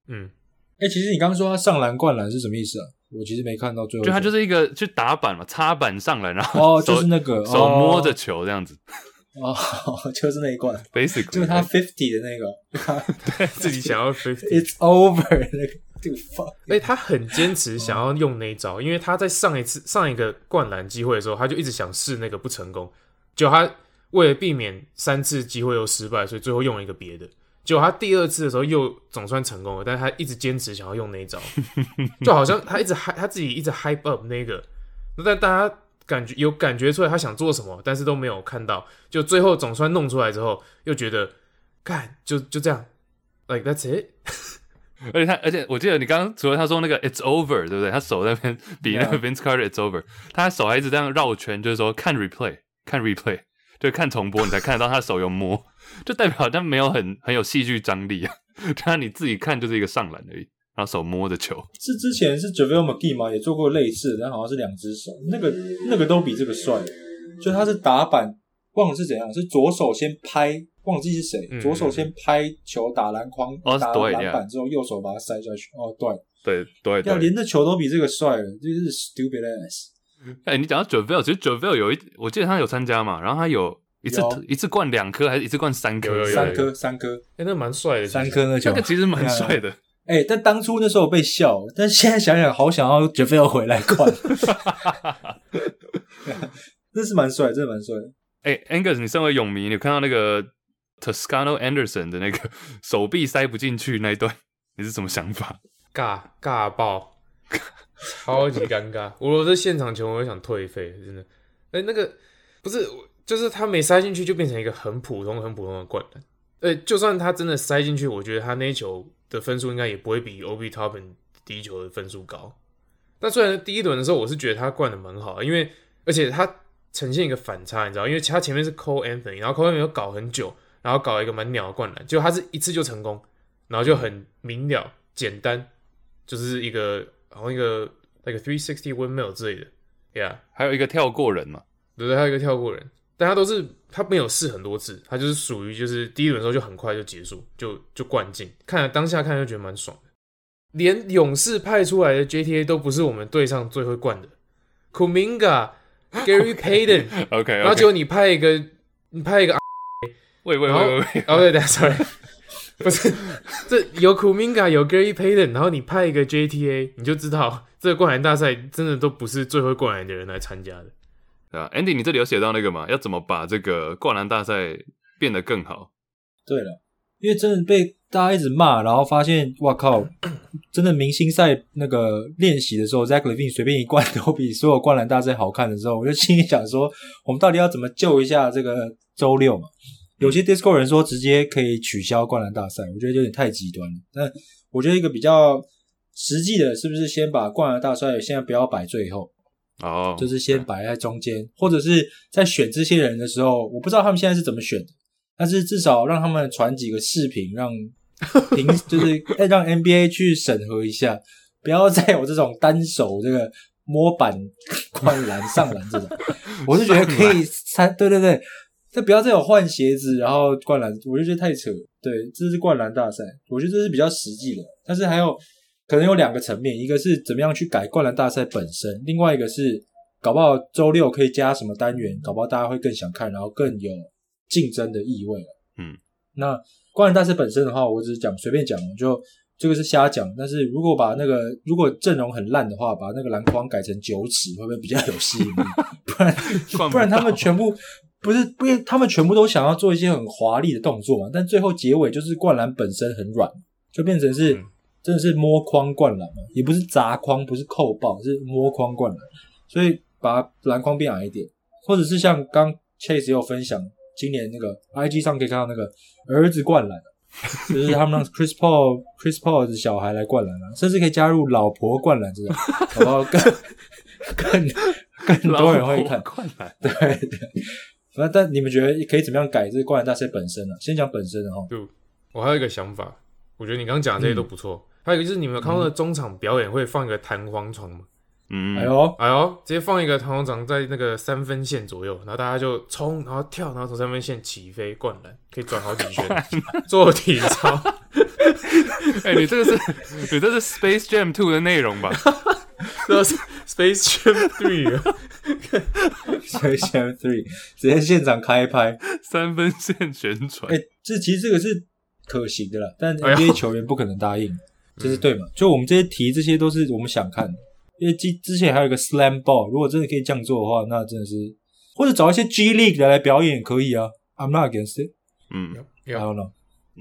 嗯，哎、其实你刚刚说他上篮灌篮是什么意思啊？我其实没看到最后一就球，他就是一个去打板嘛，插板上来，然后哦，手就是那个手摸着球这样子哦哦， [laughs] 就是那一灌， ，basically [laughs] 就是他 fifty 的那个自己想要 fifty， ，It's over 那个 d u fuck，哎，他很坚持想要用那一招，因为他在上一次上一个灌篮机会的时候，他就一直想试那个不成功，就他为了避免三次机会又失败，所以最后用了一个别的。结果他第二次的时候又总算成功了，但是他一直坚持想要用那一招，就好像他一直 hype 他自己一直 hype up 那个，那但大家感觉有感觉出来他想做什么，但是都没有看到，就最后总算弄出来之后，又觉得干就就这样，like that's it， [laughs] 而且他，而且我记得你刚刚除了他说那个 "It's over" 对不对？他手在那边比那个 Vince Carter "It's over"，他手还一直这样绕圈，就是说看 replay，看 replay，就看重播，你才看得到他手有摸， [laughs] 就代表他没有很很有戏剧张力啊。 [laughs] 他你自己看就是一个上篮而已，然后手摸着球，是之前是 JaVale McGee 吗？也做过类似的，但好像是两只手，那个那个都比这个帅，就他是打板，忘了是怎样，是左手先拍，忘了自己是谁，嗯左手先拍球打篮筐，哦是打对篮板之后右手把它塞下去，哦对，对对要对。连那球都比这个帅了，就是 stupid ass。哎、你讲到 JaVale，其实 JaVale 有一，我记得他有参加嘛，然后他有一次有一次灌两颗，还是一次灌三颗？有有有三颗，三颗，哎、那蛮帅的，其实三颗那球这个。其实蛮帅的。哎、但当初那时候被笑，但现在想想，好想要 j a v e l 回 [laughs] 来灌，这是蛮帅，真的蛮帅的。哎、a n g u s 你身为泳迷，你有看到那个 Toscano Anderson 的那个 [laughs] 手臂塞不进去那一段，你是什么想法？尬尬爆，超级尴尬。 [laughs] 我如果是现场球迷，我会想退费，真的。哎、那个不是，我就是他没塞进去，就变成一个很普通、很普通的灌篮。呃、就算他真的塞进去，我觉得他那一球的分数应该也不会比 OB Toppin 第一球的分数高。但虽然第一轮的时候，我是觉得他灌的蛮好的，因为而且他呈现一个反差，你知道，因为他前面是 Cole Anthony，然后 Cole Anthony 又搞很久，然后搞一个蛮鸟的灌篮，结果他是一次就成功，然后就很明了、简单，就是一个好像一个那个 three sixty windmill 之类的，yeah，还有一个跳过人嘛，对对，还有一个跳过人，但他都是他没有试很多次，他就是属于就是第一轮的时候就很快就结束，就就灌进，看了当下看就觉得蛮爽的。连勇士派出来的 JTA 都不是我们队上最会灌的，Kuminga、 Gary Payton， OK，然后结果你派一个，你派一个，喂喂然后喂喂喂，哦对 [laughs] 对，sorry，不是，这有 Kuminga 有 Gary Payton，然后你派一个 JTA，你就知道这个灌篮大赛真的都不是最会灌篮的人来参加的。对啊，Andy，你这里有写到那个吗？要怎么把这个灌篮大赛变得更好？对了，因为真的被大家一直骂，然后发现哇靠，真的明星赛那个练习的时候，Zach Levine 随便一灌 [laughs] 都比所有灌篮大赛好看的时候，我就心里想说，我们到底要怎么救一下这个周六嘛？有些 Discord 人说直接可以取消灌篮大赛，我觉得有点太极端了。但我觉得一个比较实际的，是不是先把灌篮大赛现在不要摆最后？哦，就是先摆在中间，或者是在选这些人的时候，我不知道他们现在是怎么选的，但是至少让他们传几个视频，让评就是哎让 NBA 去审核一下，不要再有这种单手这个摸板 [laughs] 灌篮上篮这种，我是觉得可以参，对对对。这不要再有换鞋子，然后灌篮，我就觉得太扯了。对，这是灌篮大赛，我觉得这是比较实际的。但是还有可能有两个层面，一个是怎么样去改灌篮大赛本身，另外一个是搞不好周六可以加什么单元，搞不好大家会更想看，然后更有竞争的意味了。嗯，那灌篮大赛本身的话，我只是讲随便讲，就这个是瞎讲。但是如果把那个如果阵容很烂的话，把那个篮筐改成九尺，会不会比较有吸引力？不然灌不然他到们全部不是不是，他们全部都想要做一些很华丽的动作嘛，但最后结尾就是灌篮本身很软，就变成是、嗯真的是摸框灌篮嘛，也不是砸框，不是扣爆，是摸框灌篮，所以把篮筐变矮一点，或者是像刚 Chase 也有分享，今年那个 IG 上可以看到那个儿子灌篮。就是他们让 Chris Paul、Chris [laughs] Paul 的小孩来灌篮啊，甚至可以加入老婆灌篮这种，好不好？ [laughs] 更更更多人会老。看虎灌篮，对对，反正但你们觉得可以怎么样改这个灌篮大赛本身呢、先讲本身的哈。我还有一个想法，我觉得你刚刚讲的这些都不错。还有一个就是，你们有看过的中场表演会放一个弹簧床吗？嗯，哎呦，哎呦，直接放一个弹簧床在那个三分线左右，然后大家就冲，然后跳，然后从三分线起飞灌篮，可以转好几圈，做体操。哎、你这个是你这是 Space Jam Two 的内容吧？这是 Space Jam [laughs] Three，所以 Jam Three 直接现场开拍，三分线旋转，哎、这其实这个是可行的啦，但哎呦 NBA 球员不可能答应，这是对嘛？就我们这些题，这些都是我们想看的，因为之之前还有一个 Slam Ball，如果真的可以这样做的话，那真的是或者找一些 G League 的来表演也可以啊。I'm not against it. 嗯， I don't know.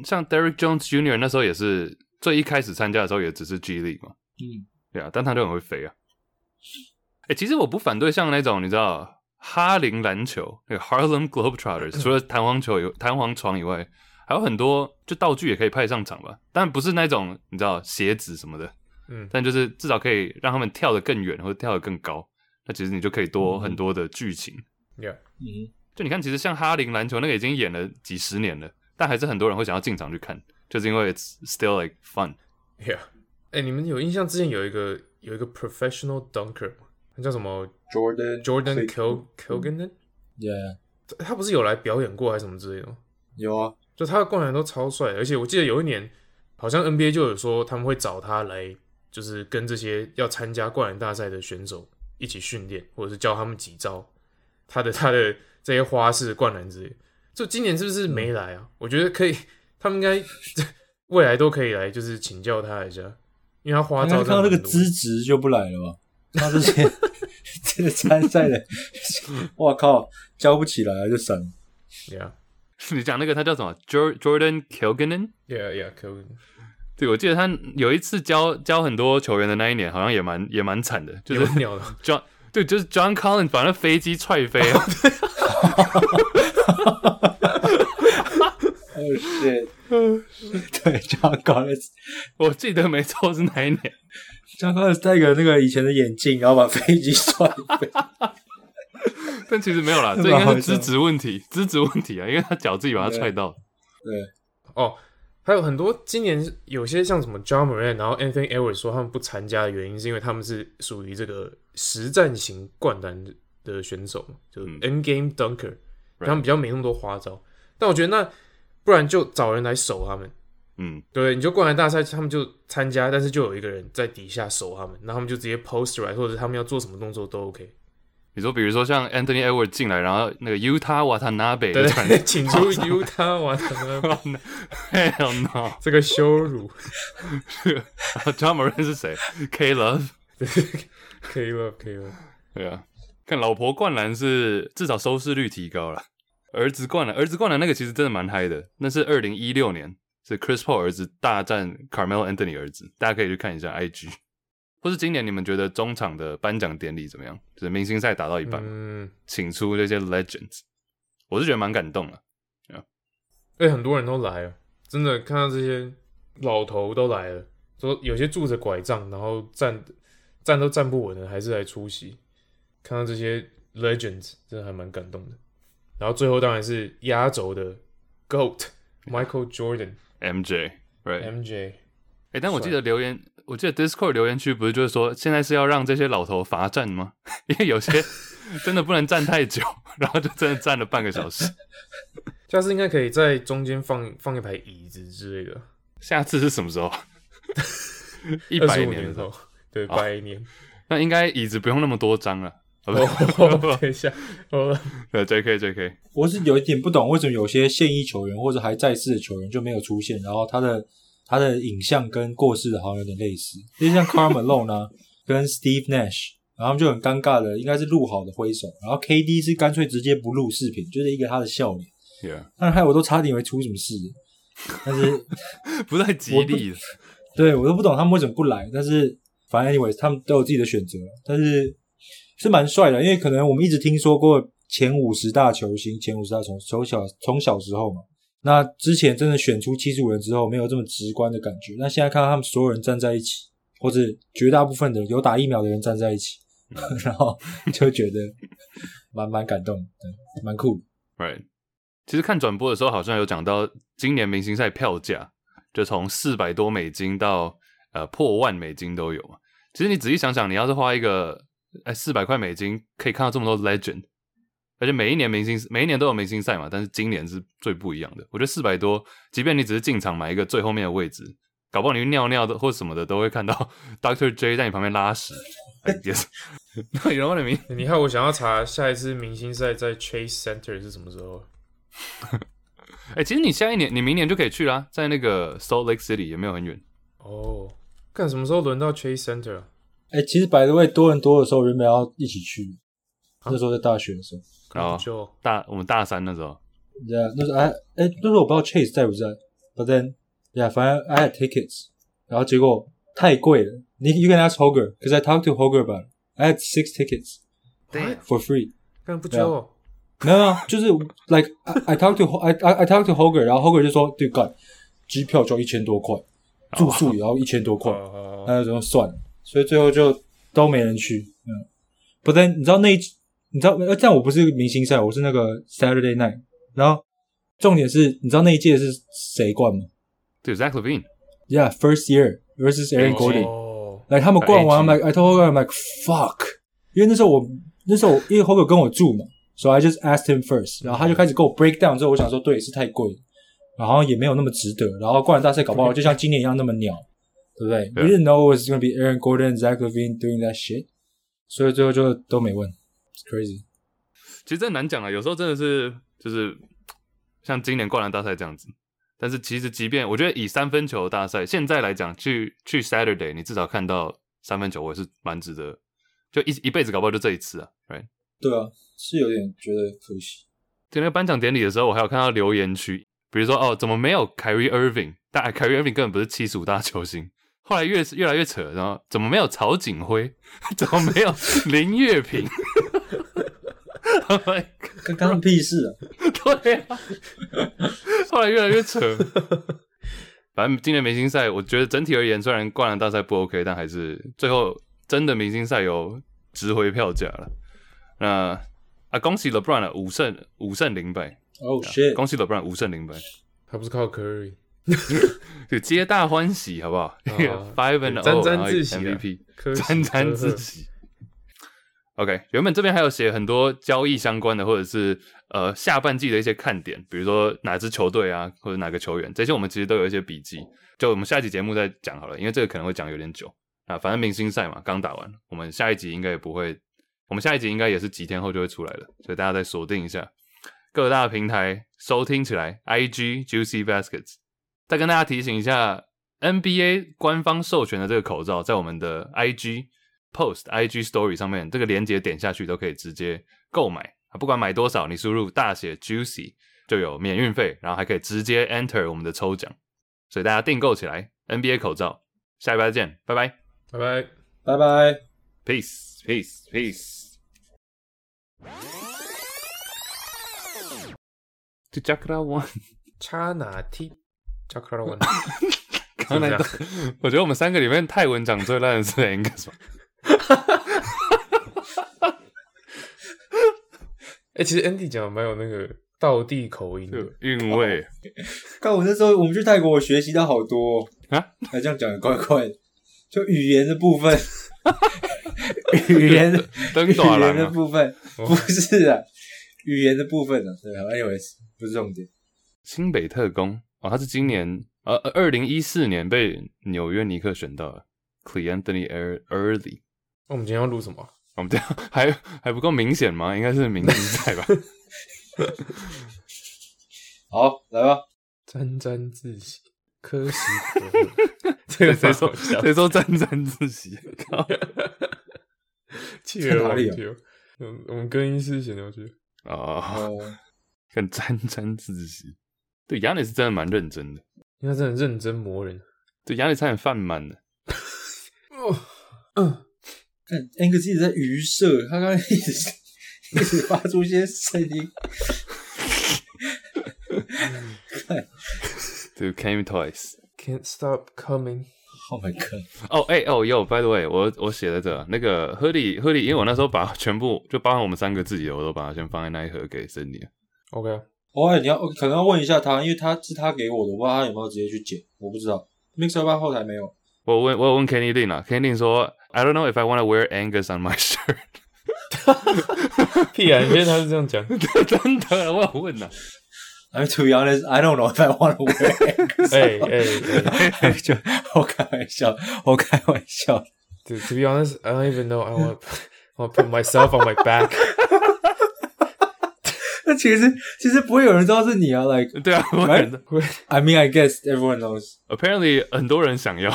像 Derek Jones Jr. 那时候也是最一开始参加的时候也只是 G League 嘛，嗯，对啊，但他就很会飞啊。哎、其实我不反对像那种你知道哈林篮球那个 Harlem Globetrotters，除了弹簧球以外弹簧床以外，还有很多就道具也可以派上场吧，但不是那种你知道鞋子什么的，嗯，但就是至少可以让他们跳得更远或者跳得更高，那其实你就可以多很多的剧情。 yeah. 嗯，就你看，其实像哈林篮球那个已经演了几十年了，但还是很多人会想要进场去看，就是因为 it's still like fun。 [laughs] Yeah，哎、你们有印象之前有一个有一个 professional dunker 吗？他叫什么 Jordan Jordan Kil Kilgan？ Yeah，他不是有来表演过还是什么之类的吗？有啊，就他的灌篮都超帅，而且我记得有一年好像 NBA 就有说他们会找他来，就是跟这些要参加灌篮大赛的选手一起训练，或者是教他们几招他的他的这些花式灌篮之类的。就今年是不是没来嗯啊？我觉得可以，他们应该未来都可以来，就是请教他一下，因为他花刚刚招看到那真的个很多资质就不来了吧？他这些 [laughs] 这个参赛的，我靠，教不起来啊就省。 ，Yeah 你讲那个他叫什么？Jor- Jordan Kilgannon？ Yeah Yeah，可以对，我记得他有一次教教很多球员的那一年，好像也蛮也蛮惨的，就有是鸟了， John 对，就是 John Collins 把那飞机踹飞啊，哦， [laughs] 对，对，教高了，我记得没错是哪一年。教高了戴个那个以前的眼镜，然后把飞机摔飞。 [laughs] 但其实没有啦，蛮这应该好是笑资质问题，资质问题啊，因为他脚自己把他踹到。对，哦，还有很多今年有些像什么 John Moran，然后 Anthony Edwards 说他们不参加的原因是因为他们是属于这个实战型灌篮的选手嘛，就是 End Game Dunker，、他们比较没那么多花招。但我觉得那不然就找人来守他们，嗯，对，你就灌篮大赛他们就参加，但是就有一个人在底下守他们，那他们就直接 post right，或者他们要做什么动作都 OK。你说比如说像 Anthony Edwards 进来，然后那个 Utah Watanabe [laughs] 对就对传 [laughs] 对， [laughs] 请出 U 他完了 Hell no！ [laughs] 这个羞辱， John Moran 是谁？K Love 可以了可以了，对啊，看老婆灌篮是至少收视率提高了。儿子灌篮，儿子灌篮那个其实真的蛮嗨的，那是二零一六年，是 Chris Paul 儿子大战 Carmelo Anthony 儿子，大家可以去看一下 IG。或是 [laughs] 今年你们觉得中场的颁奖典礼怎么样？就是明星赛打到一半，嗯，请出这些 legends，我是觉得蛮感动的。哎、很多人都来了，真的看到这些老头都来了，说有些拄着拐杖，然后站站都站不稳的，还是来出席。看到这些 legends，真的还蛮感动的。然后最后当然是压轴的 GOAT Michael Jordan MJ，right？ MJ，哎、但我记得留言，我记得 Discord 留言区不是就是说，现在是要让这些老头罚站吗？因为 [laughs] 有些真的不能站太久，然后就真的站了半个小时。下次应该可以在中间放放一排椅子之类的，下次是什么时候？一二百十五年啊的年时候，后，对，[laughs] 百年。那应该椅子不用那么多张了。好吧，哦， [laughs] [laughs] 等一下，哦， [laughs] 呃，J.K. J.K. 我是有一点不懂，为什么有些现役球员或者还在世的球员就没有出现，然后他的他的影像跟过世的好像有点类似，就像 Karl Malone 呢、跟 Steve Nash，然后他们就很尴尬的，应该是录好的挥手，然后 KD 是干脆直接不录视频，就是一个他的笑脸， Yeah，但害我都差点以为出什么事，但是不太吉利。对我都不懂他们为什么不来，但是反正 anyway 他们都有自己的选择，但是是蛮帅的，因为可能我们一直听说过前五十大球星，前五十大从从小从小时候嘛，那之前真的选出七十五人之后，没有这么直观的感觉，那现在看到他们所有人站在一起，或者绝大部分的有打疫苗的人站在一起， [laughs] 然后就觉得蛮蛮感动的，对蛮酷的。 Right，其实看转播的时候好像有讲到，今年明星赛票价就从四百多美金到呃破万美金都有嘛。其实你仔细想想，你要是花一个哎四百块美金，可以看到这么多 legend，而且每一年明星每一年都有明星赛嘛，但是今年是最不一样的。我觉得四百多，即便你只是进场买一个最后面的位置，搞不好你尿尿的或什么的都会看到 [laughs] Doctor J 在你旁边拉屎。哎也是， [laughs] 那有人问你，你看我想要查下一次明星赛在 Chase Center 是什么时候？哎，其实你下一年，你明年就可以去啦，在那个 Salt Lake City 也没有很远。哦，看什么时候轮到 Chase Center 啊？哎、其实百位多人多的时候，原本要一起去，那时候在大学的时候。哦就大我们大三的时候， Yeah，那时 eh, 候哎哎，那时候我不知道 Chase 在不在，But then yeah，反正 I had tickets，然后结果太贵了。你 You can ask Hoger because I talked to Hoger about it. I had six tickets 对， for free. 看不揪哦，没有，没有就是 like I I talked to Ho- I I I talked to Hoger，然后 Hoger 就说，对，干，机票就要一千多块，住宿也要一千多块。哦，那就说算了，所以最后就都没人去。嗯，不但你知道那一，你知道，呃，但我不是明星赛，我是那个 Saturday night。然后重点是，你知道那一届是谁冠吗对 Zach Levine， ？Yeah，first year versus Aaron Gordon。哦，来，他们逛 AG 完，I'm like，I told her，I'm like fuck，因为那时候我那时候我因为 Hoger 跟我住嘛，so I just asked him first，然后他就开始给我 break down 之后，我想说对是太贵了，然后也没有那么值得，然后灌篮大赛搞不好就像今年一样那么鸟，对不对对？We didn't know it was gonna be Aaron Gordon, Zach Levine doing that shit，所以最后就都没问，It's crazy。其实真的难讲啊，有时候真的是就是像今年灌篮大赛这样子。但是其实，即便我觉得以三分球大赛现在来讲，去去 Saturday，你至少看到三分球，我也是蛮值得，就一一辈子搞不好就这一次啊，right？对啊，是有点觉得可惜。就那个颁奖典礼的时候，我还有看到留言区，比如说哦，怎么没有 Kyrie Irving？但哎 Kyrie Irving 根本不是七十五大球星。后来越越来越扯，然后怎么没有曹景辉？ [laughs] 怎么没有林月平 [laughs] ？Oh my 跟干他们屁事啊！ God，对啊，后来越来越扯。反正今年明星赛，我觉得整体而言，虽然灌篮大赛不 OK，但还是最后真的明星赛有值回票价了。那啊，恭喜 LeBron 了，五胜五胜零败， Oh shit！恭喜 LeBron 五胜零败，还不是靠 [laughs] Curry，就皆大欢喜，好不好？Five and 哦哦对 O，沾沾自喜啊 MVP，科西沾沾自科赫喜。OK，原本这边还有写很多交易相关的，或者是呃下半季的一些看点，比如说哪支球队啊，或者哪个球员，这些我们其实都有一些笔记，就我们下一集节目再讲好了，因为这个可能会讲有点久啊。反正明星赛嘛，刚打完，我们下一集应该也不会我们下一集应该也是几天后就会出来了，所以大家再锁定一下各大平台收听起来。IG Juicy Baskets，再跟大家提醒一下，NBA 官方授权的这个口罩，在我们的 IG Post、IG Story 上面这个链接点下去都可以直接购买，啊不管买多少，你输入大写 Juicy 就有免运费，然后还可以直接 Enter 我们的抽奖，所以大家订购起来 NBA 口罩，下礼拜再见，拜拜拜拜。拜拜。 ，peace peace peace。To Jakarta one。查哪踢？查克拉文。河南的，我觉得我们三个里面泰文讲最烂的是应该是吧哎、其实 Andy 讲的蛮有那个道地口音的。 [laughs] 韵味。看我那时候我们去泰国，我学习到好多、哦、啊！那这样讲也怪怪的，就语言的部分， [laughs] 语言的 [laughs] 灯语塔言的啊了，哦部分不是啊，语言的部分呢、啊？对啊，anyways 不是重点。 [laughs] 新北特工哦，他是今年呃二零一四年被纽约尼克选到的 c l e Anthony Ear- Early。那我们今天要录什么啊？我们这样 [laughs] 还还不够明显吗？应该是明星赛 [laughs] 吧。好，来吧，沾沾自喜，科西可 [laughs] 贺。这个谁蛮说好笑谁说沾沾自喜？ [laughs] 靠企鹅在哪里啊网球嗯，我们更衣室闲聊区。哦，哦，很沾沾自喜。对，亚里是真的蛮认真的。因为他真的认真磨人。对，亚里差点犯满了。哦，嗯，看 Angus 一直在鱼射，他刚刚一直一直发出一些声音。对，Came Twice。 Can't stop coming。 Oh my god！哦，哎、哦，有，by the way，我我写在这儿那个 hoodie hoodie，因为我那时候把全部就包含我们三个自己的，我都把它先放在那一盒给 Cindy 了。 OK 啊，哦，哎你要可能要问一下他，因为他是他给我的，我不知道他有没有直接去剪，我不知道。Mixer 吧后台没有。我问我有问 Kenny Lin 啊，Kenny Lin 说，I don't know if I want to wear Angus on my [laughs] shirt，屁啊！你觉得他是这样讲？真的，我有 [laughs] 问呐、啊 I mean, to be honest, I don't know if I want to wear. 哎哎哎 it. 就 [laughs] 我开玩笑，我开玩笑。 [laughs] ，To to be honest, I don't even know I want [laughs] I want to put myself on my back。那其实其实不会有人知道是你啊 [laughs]，like 对啊，我觉得 I mean, I guess everyone knows. apparently 很多人想要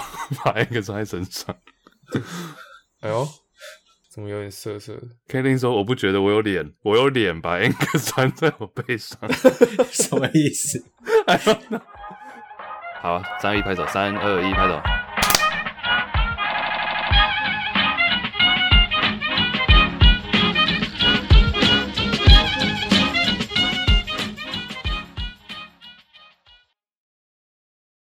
把 Angus 放在身上。哎呦，怎么有点涩涩的？ Kenny Lin 说，我不觉得我有脸，我有脸把 Angus 穿在我背 [laughs] 上。什么意思？好，三二一拍手，三二一拍手。